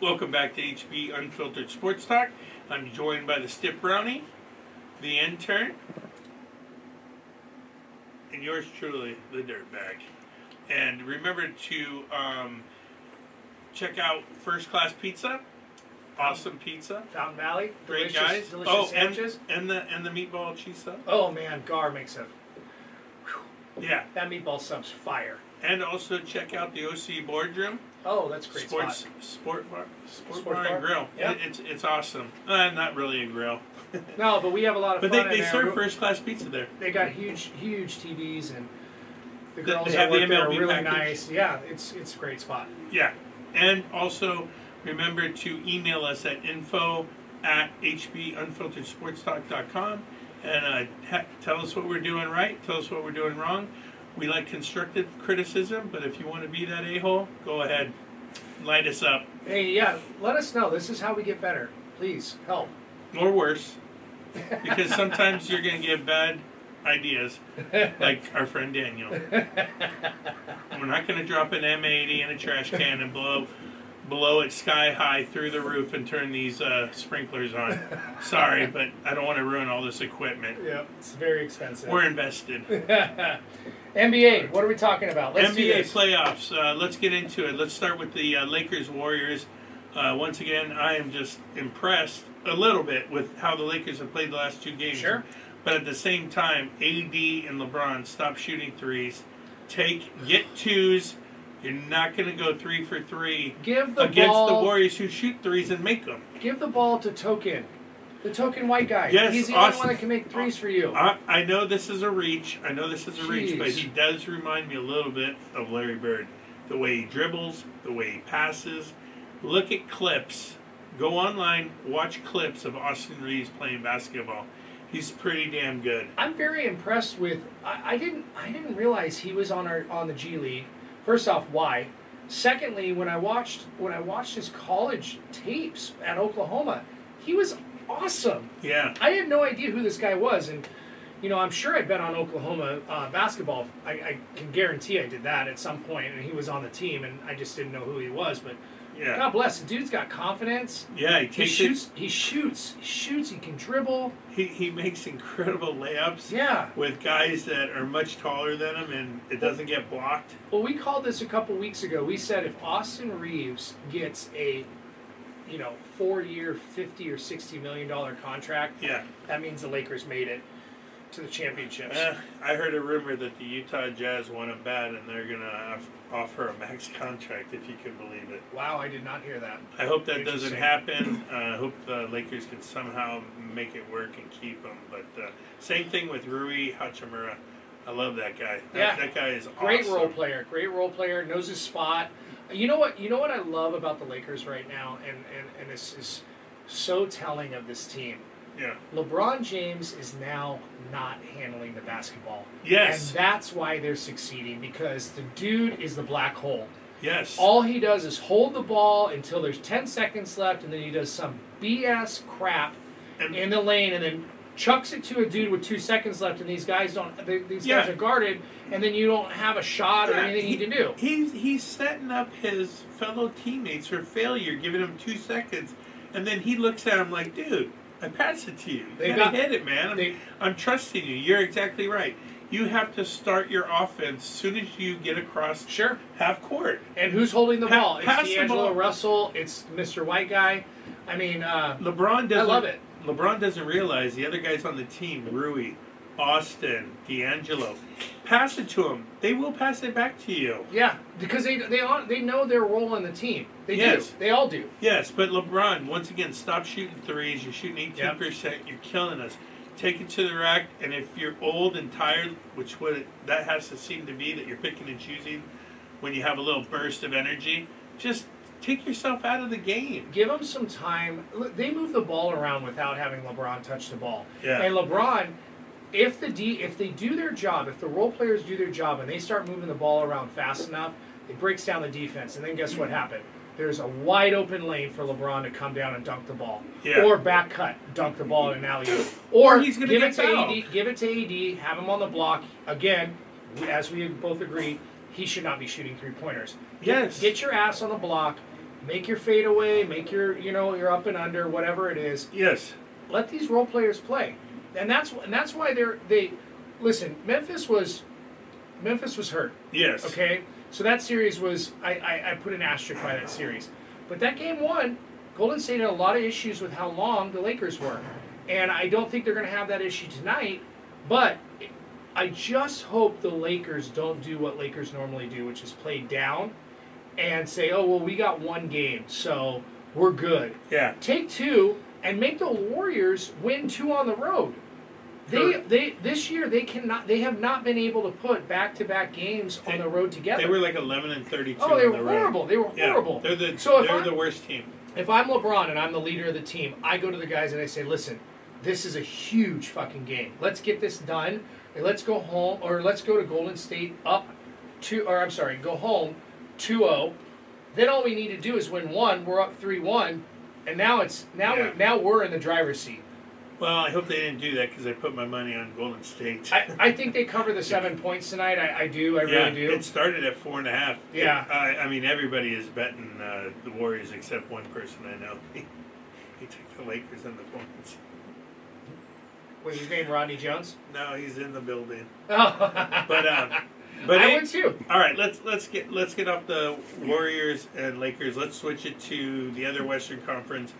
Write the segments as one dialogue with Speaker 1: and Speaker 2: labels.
Speaker 1: Welcome back to HB Unfiltered Sports Talk. I'm joined by the Stip Brownie, the intern, and yours truly, the Dirtbag. And remember to um, check out First Class Pizza. Awesome pizza.
Speaker 2: Fountain Valley.
Speaker 1: Great
Speaker 2: delicious,
Speaker 1: guys.
Speaker 2: Delicious
Speaker 1: oh, and,
Speaker 2: sandwiches.
Speaker 1: and the and the meatball cheese sub.
Speaker 2: oh man, Gar makes a
Speaker 1: Yeah.
Speaker 2: that meatball sub's fire.
Speaker 1: And also check out the OC Boardroom.
Speaker 2: Oh, that's a great
Speaker 1: sports
Speaker 2: spot.
Speaker 1: sport bar sport,
Speaker 2: Sports
Speaker 1: bar,
Speaker 2: bar?
Speaker 1: and grill.
Speaker 2: Yep.
Speaker 1: It, it's it's awesome. Uh, not really a grill,
Speaker 2: No, but we have a lot of
Speaker 1: but they,
Speaker 2: fun. in
Speaker 1: they
Speaker 2: there.
Speaker 1: serve first class pizza there.
Speaker 2: They got huge, huge TVs and. The
Speaker 1: They-
Speaker 2: girls
Speaker 1: they
Speaker 2: that
Speaker 1: have the
Speaker 2: work there are
Speaker 1: MLB
Speaker 2: really
Speaker 1: package.
Speaker 2: nice. Yeah, it's it's a great spot.
Speaker 1: Yeah, and also remember to email us at info at hbunfilteredsportstalk.com and uh, ha- tell us what we're doing right. Tell us what we're doing wrong. We like constructive criticism, but if you want to be that a hole, go ahead, light us up
Speaker 2: Hey, yeah, let us know. This is how we get better. Please help.
Speaker 1: or worse, because sometimes you're going to get bad ideas. like our friend Daniel. We're not going to drop an M80 in a trash can and blow blow it sky high through the roof and turn these uh, sprinklers on. Sorry, but I don't want to ruin all this equipment.
Speaker 2: Yep, it's very expensive.
Speaker 1: We're invested.
Speaker 2: NBA. What are we talking about? Let's do
Speaker 1: NBA
Speaker 2: this.
Speaker 1: playoffs. Uh, let's get into it. Let's start with the uh, Lakers Warriors. Uh, once again, I am just impressed a little bit with how the Lakers have played the last two games.
Speaker 2: Sure.
Speaker 1: But at the same time, AD and LeBron stop shooting threes. Take get twos. You're not going to go three for three
Speaker 2: Give the
Speaker 1: against
Speaker 2: ball.
Speaker 1: the Warriors who shoot threes and make them.
Speaker 2: Give the ball to Token, the Token white guy.
Speaker 1: Yes,
Speaker 2: he's the only
Speaker 1: Austin-
Speaker 2: one that can make threes for you.
Speaker 1: I, I know this is a reach. I know this is a reach, but
Speaker 2: Jeez.
Speaker 1: he does remind me a little bit of Larry Bird. The way he dribbles, the way he passes. Look at clips. Go online, watch clips of Austin Reeves playing basketball. He's pretty damn good.
Speaker 2: I'm very impressed with. I, I didn't. I didn't realize he was on our on the G League. First off, why? Secondly, when I watched when I watched his college tapes at Oklahoma, he was awesome.
Speaker 1: Yeah.
Speaker 2: I had no idea who this guy was, and you know, I'm sure I bet on Oklahoma uh, basketball. I, I can guarantee I did that at some point, and he was on the team, and I just didn't know who he was. But
Speaker 1: Yeah.
Speaker 2: God bless, the dude's got confidence.
Speaker 1: Yeah, he
Speaker 2: He
Speaker 1: takes it.
Speaker 2: shoots. He shoots. He shoots. He can dribble.
Speaker 1: He, he makes incredible layups
Speaker 2: Yeah.
Speaker 1: with guys that are much taller than him and it doesn't get blocked.
Speaker 2: Well, we called this a couple weeks ago. We said if Austin Reeves gets a, you know, four-year, fifty or sixty million dollar contract,
Speaker 1: Yeah.
Speaker 2: that means the Lakers made it to the championships.
Speaker 1: Eh, I heard a rumor that the Utah Jazz want him bad, and they're gonna off- offer a max contract if you can believe it.
Speaker 2: wow, I did not hear that.
Speaker 1: I hope that doesn't
Speaker 2: Interesting.
Speaker 1: happen. Uh, I hope the Lakers can somehow make it work and keep him. But uh, same thing with Rui Hachimura. I love that guy. That,
Speaker 2: Yeah.
Speaker 1: that guy is
Speaker 2: Great
Speaker 1: awesome.
Speaker 2: role player. Great role player. Knows his spot. You know what? You know what I love about the Lakers right now, and and and this is so telling of this team.
Speaker 1: Yeah,
Speaker 2: LeBron James is now not handling the basketball.
Speaker 1: Yes.
Speaker 2: And that's why they're succeeding because the dude is the black hole.
Speaker 1: yes,
Speaker 2: All he does is hold the ball until there's 10 seconds left and then he does some BS crap
Speaker 1: And-
Speaker 2: in the lane and then chucks it to a dude with 2 seconds left and these guys don't th- these guys
Speaker 1: Yeah.
Speaker 2: are guarded and then you don't have a shot or
Speaker 1: Yeah,
Speaker 2: anything
Speaker 1: he-
Speaker 2: you can do.
Speaker 1: He's he's setting up his fellow teammates for failure, giving him two seconds, and then he looks at him like, "Dude, I passed it to you.
Speaker 2: They
Speaker 1: you
Speaker 2: got-
Speaker 1: gotta hit it, man. I'm,
Speaker 2: they-
Speaker 1: I'm trusting you. You're exactly right. You have to start your offense soon as you get across
Speaker 2: Sure.
Speaker 1: half court.
Speaker 2: And who's holding the
Speaker 1: Pa-
Speaker 2: ball? It's
Speaker 1: pass the
Speaker 2: D'Angelo
Speaker 1: ball.
Speaker 2: Russell, it's Mr. White guy. I mean, uh,
Speaker 1: LeBron doesn't.
Speaker 2: love it.
Speaker 1: LeBron doesn't realize the other guys on the team, Rui, Austin, D'Angelo, pass it to him. They will pass it back to you.
Speaker 2: Yeah, because they they all, they know their role in the team. They
Speaker 1: Yes.
Speaker 2: do. They all do.
Speaker 1: Yes, but LeBron, once again, stop shooting threes. You're shooting eighteen
Speaker 2: Yep.
Speaker 1: percent. You're killing us. Take it to the rack, and if you're old and tired, which what it, that has to seem to be that you're picking and choosing when you have a little burst of energy, just take yourself out of the game.
Speaker 2: Give them some time. Look, They move the ball around without having LeBron touch the ball.
Speaker 1: Yeah.
Speaker 2: And LeBron, if the D, if they do their job, if the role players do their job, and they start moving the ball around fast enough, it breaks down the defense. And then guess what happened? There's a wide open lane for LeBron to come down and dunk the ball,
Speaker 1: Yeah.
Speaker 2: or back cut, dunk the ball in an alley, or,
Speaker 1: he's gonna
Speaker 2: give
Speaker 1: get
Speaker 2: it to
Speaker 1: fouled.
Speaker 2: AD, give it to AD, have him on the block again. As we both agree, he should not be shooting three pointers.
Speaker 1: Yes.
Speaker 2: Get your ass on the block, Make your fadeaway, make your you know your up and under, whatever it is.
Speaker 1: Yes.
Speaker 2: Let these role players play, and that's and that's why they're they. Listen, Memphis was Memphis was hurt.
Speaker 1: Yes.
Speaker 2: Okay, so that series was I, I, I put an asterisk by that series, but that game one, Golden State had a lot of issues with how long the Lakers were, and I don't think they're going to have that issue tonight. But I just hope the Lakers don't do what Lakers normally do, which is play down and say, oh well, we got one game, so we're good.
Speaker 1: Yeah.
Speaker 2: Take two and make the Warriors win two on the road. They,
Speaker 1: Sure.
Speaker 2: they this year they cannot they have not been able to put back to back games on
Speaker 1: They-
Speaker 2: the road together.
Speaker 1: They were like 11 and 32.
Speaker 2: oh, they
Speaker 1: on
Speaker 2: were
Speaker 1: the road.
Speaker 2: horrible. They were
Speaker 1: Yeah.
Speaker 2: horrible.
Speaker 1: They're the
Speaker 2: So if
Speaker 1: they're
Speaker 2: I-
Speaker 1: the worst team.
Speaker 2: If I'm LeBron and I'm the leader of the team, I go to the guys and I say, "Listen, this is a huge fucking game. Let's get this done. And let's go home or let's go to Golden State up two or I'm sorry, go home 2-0. Then all we need to do is win one. We're up 3-1, and now it's now
Speaker 1: Yeah.
Speaker 2: we, now we're in the driver's seat.
Speaker 1: Well, I hope they didn't do that because I put my money on Golden State.
Speaker 2: I, I think they cover the seven points tonight. I, I do. I
Speaker 1: yeah,
Speaker 2: really do.
Speaker 1: it started at four and a half.
Speaker 2: Yeah.
Speaker 1: I, I mean everybody is betting uh, the Warriors except one person I know. he took the Lakers and the points.
Speaker 2: Was his name Rodney Jones?
Speaker 1: No, he's in the building.
Speaker 2: Oh.
Speaker 1: But um, but
Speaker 2: I
Speaker 1: it-
Speaker 2: would too.
Speaker 1: All right, let's let's get let's get off the Warriors and Lakers. Let's switch it to the other Western Conference,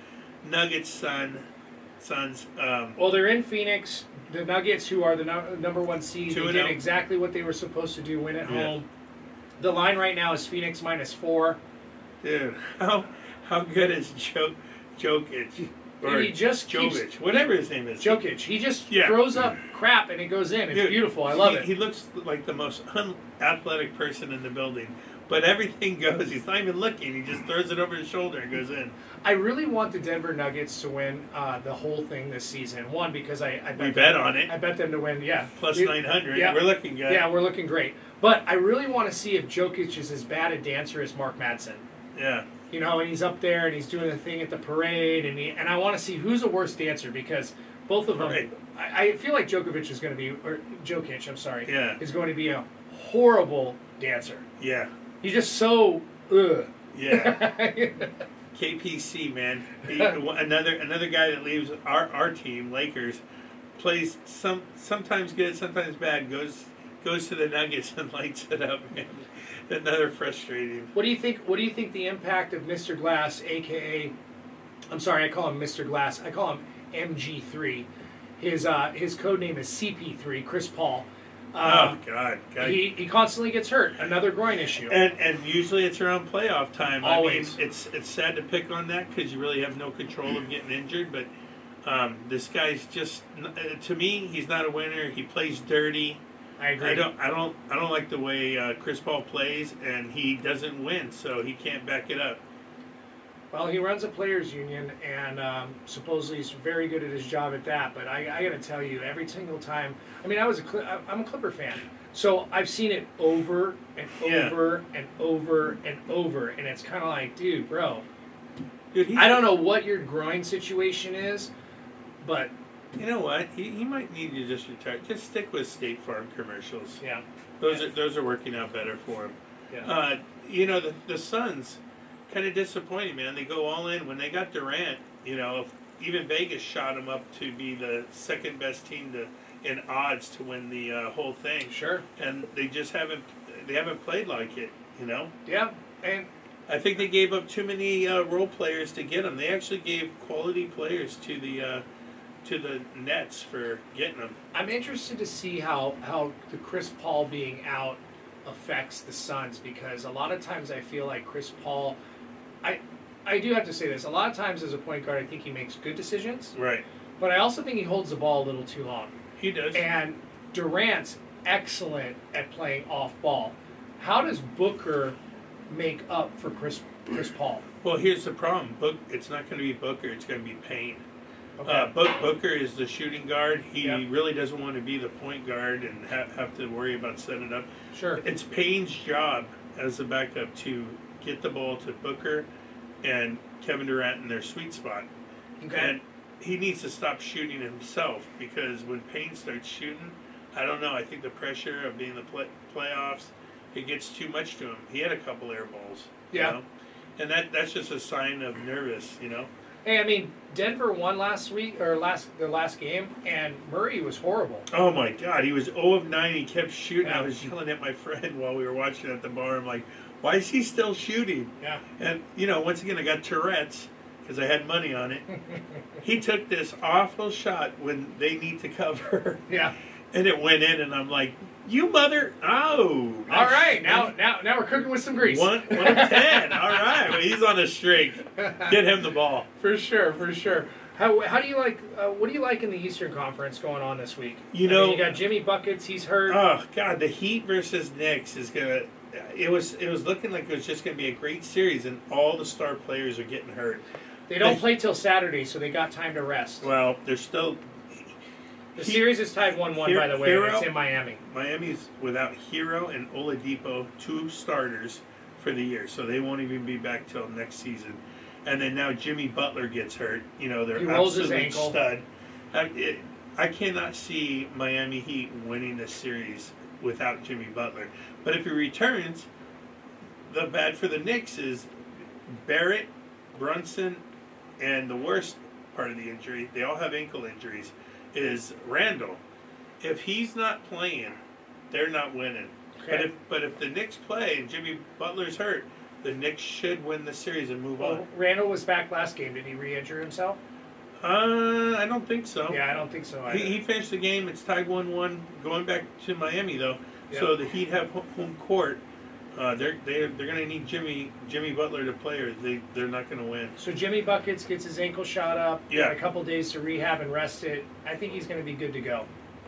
Speaker 1: Nuggets, Sun, Suns. Um,
Speaker 2: Well, they're in Phoenix. The Nuggets, who are the nu- number one seed,
Speaker 1: Two
Speaker 2: they
Speaker 1: and
Speaker 2: did
Speaker 1: oh.
Speaker 2: exactly what they were supposed to do. Win at
Speaker 1: Yeah.
Speaker 2: home. The line right now is Phoenix minus four.
Speaker 1: dude, how how good is Jok Jokic or
Speaker 2: Dude, he just keeps-
Speaker 1: Jovic, whatever his name is?
Speaker 2: Jokic, he just
Speaker 1: Yeah.
Speaker 2: throws up crap and it goes in. It's
Speaker 1: Dude,
Speaker 2: beautiful. I love
Speaker 1: he,
Speaker 2: it.
Speaker 1: He looks like the most unathletic person in the building, but everything goes. He's not even looking. He just throws it over his shoulder and goes in.
Speaker 2: I really want the Denver Nuggets to win uh, the whole thing this season. One because I, I bet
Speaker 1: We
Speaker 2: them-
Speaker 1: bet on it.
Speaker 2: I bet them to win. Yeah,
Speaker 1: Plus
Speaker 2: We-
Speaker 1: 900.
Speaker 2: yeah.
Speaker 1: We're looking good.
Speaker 2: Yeah, we're looking great. But I really want to see if Jokic is as bad a dancer as Mark Madsen.
Speaker 1: yeah.
Speaker 2: You know, and he's up there and he's doing the thing at the parade, and he, and I want to see who's the worst dancer because both of them.
Speaker 1: Right.
Speaker 2: I, I feel like Djokovic is going to be, or Jokic, I'm sorry,
Speaker 1: Yeah.
Speaker 2: is going to be a horrible dancer.
Speaker 1: Yeah.
Speaker 2: He's just so ugh.
Speaker 1: Yeah. KPC man, He- another another guy that leaves our our team, Lakers, plays some sometimes good, sometimes bad. Goes goes to the Nuggets and lights it up. Man. Another frustrating.
Speaker 2: what do you think? What do you think the impact of Mr. Glass, aka, I'm sorry, I call him Mr. Glass. I call him MG3. His uh, his code name is CP3. Chris Paul. Uh,
Speaker 1: Oh God, God.
Speaker 2: he, he constantly gets hurt. Another groin issue.
Speaker 1: and and usually it's around playoff time.
Speaker 2: Always.
Speaker 1: I mean, it's it's sad to pick on that because you really have no control of getting injured. But um, this guy's just uh, to me, he's not a winner. He plays dirty.
Speaker 2: I agree.
Speaker 1: I don't, I don't, I don't like the way uh, Chris Paul plays, and he doesn't win, so he can't back it up.
Speaker 2: Well, he runs a players' union, and um, supposedly he's very good at his job at that. But I, I got to tell you, every single time, I mean, I was a Cl- I- I'm a Clipper fan, so I've seen it over and
Speaker 1: Yeah.
Speaker 2: over and over and over, and it's kind of like, dude, bro,
Speaker 1: Dude, he's,
Speaker 2: I don't know what your groin situation is, but
Speaker 1: You know what? He, he might need to just retire. Just stick with State Farm commercials.
Speaker 2: yeah,
Speaker 1: Those are those are working out better for him.
Speaker 2: yeah,
Speaker 1: Uh, you know the the Suns, kind of disappointing, man. They go all in when they got Durant. You know, even Vegas shot him up to be the second best team to in odds to win the uh, whole thing,
Speaker 2: sure,
Speaker 1: and they just haven't they haven't played like it. You know.
Speaker 2: yeah, and
Speaker 1: I think they gave up too many uh, role players to get them. They actually gave quality players to the uh, to the Nets for getting them.
Speaker 2: I'm interested to see how how the Chris Paul being out affects the Suns because a lot of times I feel like Chris Paul, I I do have to say this. A lot of times as a point guard, I think he makes good decisions,
Speaker 1: Right.
Speaker 2: but I also think he holds the ball a little too long.
Speaker 1: He does.
Speaker 2: And Durant's excellent at playing off ball. How does Booker make up for Chris Chris Paul?
Speaker 1: well, here's the problem. Book. It's not going to be Booker. It's going to be Payne. Uh, Book, Booker is the shooting guard. He
Speaker 2: Yeah.
Speaker 1: really doesn't want to be the point guard and ha- have to worry about setting up.
Speaker 2: sure.
Speaker 1: It's Payne's job as the backup to get the ball to Booker and Kevin Durant in their sweet spot. And he needs to stop shooting himself because when Payne starts shooting, I don't know. I think the pressure of being in the play- playoffs, it gets too much to him. He had a couple air balls. you
Speaker 2: Yeah.
Speaker 1: know? and that that's just a sign of nervous, you know.
Speaker 2: Hey, I mean, Denver won last week or last their last game, and Murray was horrible.
Speaker 1: Oh my God, he was 0 of 9. He kept shooting. I
Speaker 2: Yeah.
Speaker 1: was yelling at my friend while we were watching at the bar. I'm like, why is he still shooting?
Speaker 2: Yeah.
Speaker 1: And you know, once again, I got Tourette's because I had money on it. he took this awful shot when they need to cover,
Speaker 2: Yeah.
Speaker 1: and it went in. And I'm like, you mother! Oh,
Speaker 2: All right, now now now we're cooking with some grease.
Speaker 1: One, one of ten. All right, well, he's on a streak. Get him the ball.
Speaker 2: for sure, for sure. How, how do you like? Uh, what do you like in the Eastern Conference going on this week?
Speaker 1: You
Speaker 2: I mean,
Speaker 1: know-
Speaker 2: you got Jimmy buckets. He's hurt.
Speaker 1: Oh God, the Heat versus Knicks is gonna. It was it was looking like it was just gonna be a great series, and all the star players are getting hurt.
Speaker 2: they don't
Speaker 1: they-
Speaker 2: play till Saturday, so they got time to rest.
Speaker 1: Well, they're still
Speaker 2: the
Speaker 1: he-
Speaker 2: series is tied one-one, by the way.
Speaker 1: Hero-
Speaker 2: and It's in Miami.
Speaker 1: Miami's without Hero and Oladipo, two starters for the year, so they won't even be back till next season. And then now Jimmy Butler gets hurt. You know they're
Speaker 2: He rolls his
Speaker 1: absolute
Speaker 2: ankle.
Speaker 1: stud. I, it, I cannot see Miami Heat winning this series without Jimmy Butler. But if he returns, the bad for the Knicks is Barrett, Brunson, and the worst part of the injury, they all have ankle injuries, is Randall. If he's not playing, they're not winning. But
Speaker 2: Okay.
Speaker 1: if but if the Knicks play and Jimmy Butler's hurt, the Knicks should win the series and move
Speaker 2: Well,
Speaker 1: on.
Speaker 2: Randall was back last game. Did he re-injure himself?
Speaker 1: Uh, I don't think so.
Speaker 2: Yeah, I don't think so. Either.
Speaker 1: He, he finished the game. It's tied one-one. Going back to Miami though, so
Speaker 2: Yeah.
Speaker 1: the Heat have ho- home court. Uh, they're they're they're gonna need Jimmy Jimmy Butler to play, or they they're not gonna win.
Speaker 2: So Jimmy Buckets gets his ankle shot up.
Speaker 1: Yeah.
Speaker 2: got A couple days to rehab and rest it. I think he's going to be good to go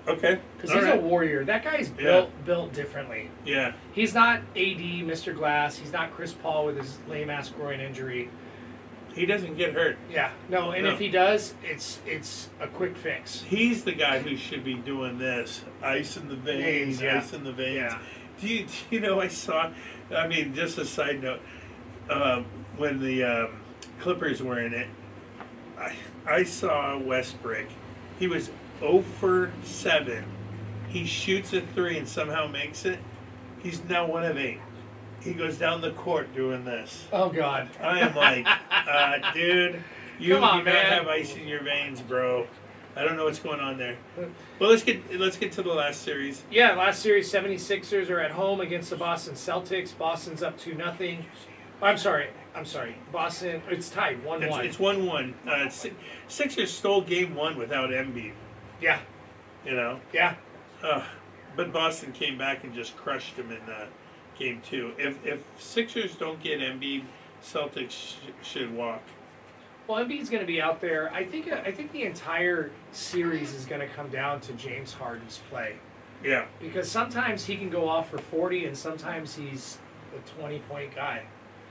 Speaker 1: Okay.
Speaker 2: because
Speaker 1: All
Speaker 2: he's a
Speaker 1: right.
Speaker 2: warrior. That guy's built built differently.
Speaker 1: yeah.
Speaker 2: He's not AD, Mr. Glass. He's not Chris Paul with his lame ass groin injury.
Speaker 1: He doesn't get hurt.
Speaker 2: Yeah. No. And
Speaker 1: No.
Speaker 2: if he does, it's it's a quick fix.
Speaker 1: He's the guy who should be doing this. Ice in the veins,
Speaker 2: Veins, yeah.
Speaker 1: ice in the veins.
Speaker 2: Yeah.
Speaker 1: Do you, do you know, I saw, I mean, just a side note, um, when the um, Clippers were in it, I, I saw Westbrook. He was 0 for 7. He shoots a three and somehow makes it. He's now 1 of 8. He goes down the court doing this.
Speaker 2: Oh God.
Speaker 1: I am like, uh, dude, you
Speaker 2: Come on,
Speaker 1: do
Speaker 2: man.
Speaker 1: not have ice in your veins, bro. I don't know what's going on there. Well, let's get let's get to the last series.
Speaker 2: Yeah. Last series, 76ers are at home against the Boston Celtics. Boston's up two nothing. I'm sorry. I'm sorry. Boston. It's tied one
Speaker 1: It's,
Speaker 2: one.
Speaker 1: it's one one. Uh, Si- Sixers stole game one without Embiid.
Speaker 2: Yeah.
Speaker 1: You know,
Speaker 2: Yeah.
Speaker 1: uh, but Boston came back and just crushed them in uh, game two. If if Sixers don't get Embiid, Celtics sh- should walk.
Speaker 2: Well, Embiid's going to be out there. I think. uh, I think the entire series is going to come down to James Harden's play
Speaker 1: Yeah,
Speaker 2: because sometimes he can go off for forty, and sometimes he's a twenty-point guy.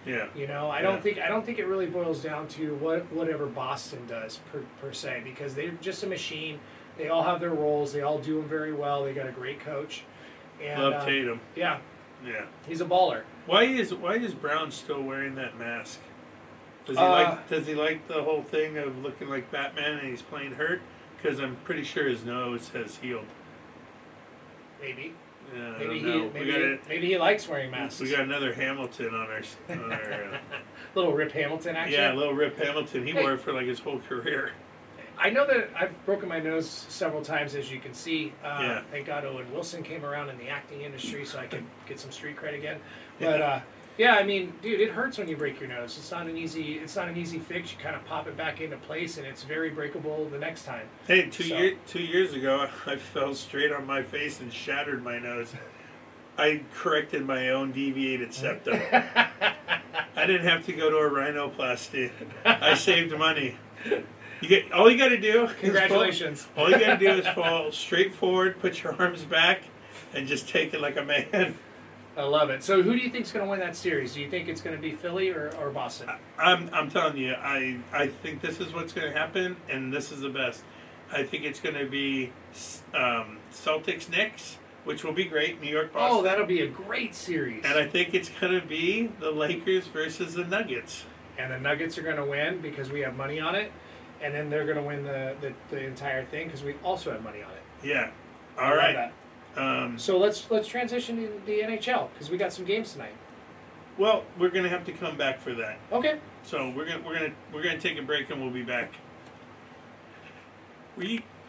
Speaker 1: yeah.
Speaker 2: You know, I
Speaker 1: Yeah.
Speaker 2: don't think. I don't think it really boils down to what whatever Boston does per, per se because they're just a machine. They all have their roles. They all do them very well. They got a great coach. And,
Speaker 1: Love
Speaker 2: uh,
Speaker 1: Tatum.
Speaker 2: yeah,
Speaker 1: Yeah.
Speaker 2: he's a baller.
Speaker 1: Why is why is Brown still wearing that mask? Does he
Speaker 2: Uh,
Speaker 1: like does he like the whole thing of looking like Batman and he's playing hurt? Because I'm pretty sure his nose has healed.
Speaker 2: Maybe.
Speaker 1: Yeah, I
Speaker 2: Maybe
Speaker 1: don't know.
Speaker 2: he.
Speaker 1: we
Speaker 2: Maybe,
Speaker 1: got
Speaker 2: he- maybe he likes wearing masks.
Speaker 1: a, we got another Hamilton on our, on our
Speaker 2: little Rip Hamilton
Speaker 1: uh,
Speaker 2: action.
Speaker 1: yeah, little Rip Hamilton. He
Speaker 2: Hey.
Speaker 1: wore it for like his whole career.
Speaker 2: I know that I've broken my nose several times, as you can see. Uh,
Speaker 1: Yeah.
Speaker 2: Thank God Owen Wilson came around in the acting industry, so I could get some street cred again. But uh, yeah, I mean, dude, it hurts when you break your nose. It's not an easy. It's not an easy fix. You kind of pop it back into place, and it's very breakable the next time.
Speaker 1: Hey, two
Speaker 2: So-
Speaker 1: year two years ago, I fell straight on my face and shattered my nose. I corrected my own deviated septum. I didn't have to go to a rhinoplasty. I saved money. You get all you got to do. is fall-
Speaker 2: Congratulations.
Speaker 1: all you got to do is fall straight forward, put your arms back, and just take it like a man.
Speaker 2: I love it. So, who do you think's going to win that series? Do you think it's going to be Philly or, or Boston?
Speaker 1: Uh, I'm I'm telling you, I I think this is what's going to happen, and this is the best. I think it's going to be um, Celtics Knicks, which will be great. New York Boston.
Speaker 2: Oh, that'll be a great series.
Speaker 1: And I think it's going to be the Lakers versus the Nuggets.
Speaker 2: and the Nuggets are going to win because we have money on it, and then they're going to win the, the, the entire thing because we also have money on it.
Speaker 1: Yeah.
Speaker 2: I
Speaker 1: All
Speaker 2: love
Speaker 1: right.
Speaker 2: that.
Speaker 1: Um,
Speaker 2: So let's let's transition to the NHL because we got some games tonight.
Speaker 1: Well, we're gonna have to come back for that.
Speaker 2: Okay.
Speaker 1: So we're gonna we're gonna we're gonna take a break and we'll be back. Were you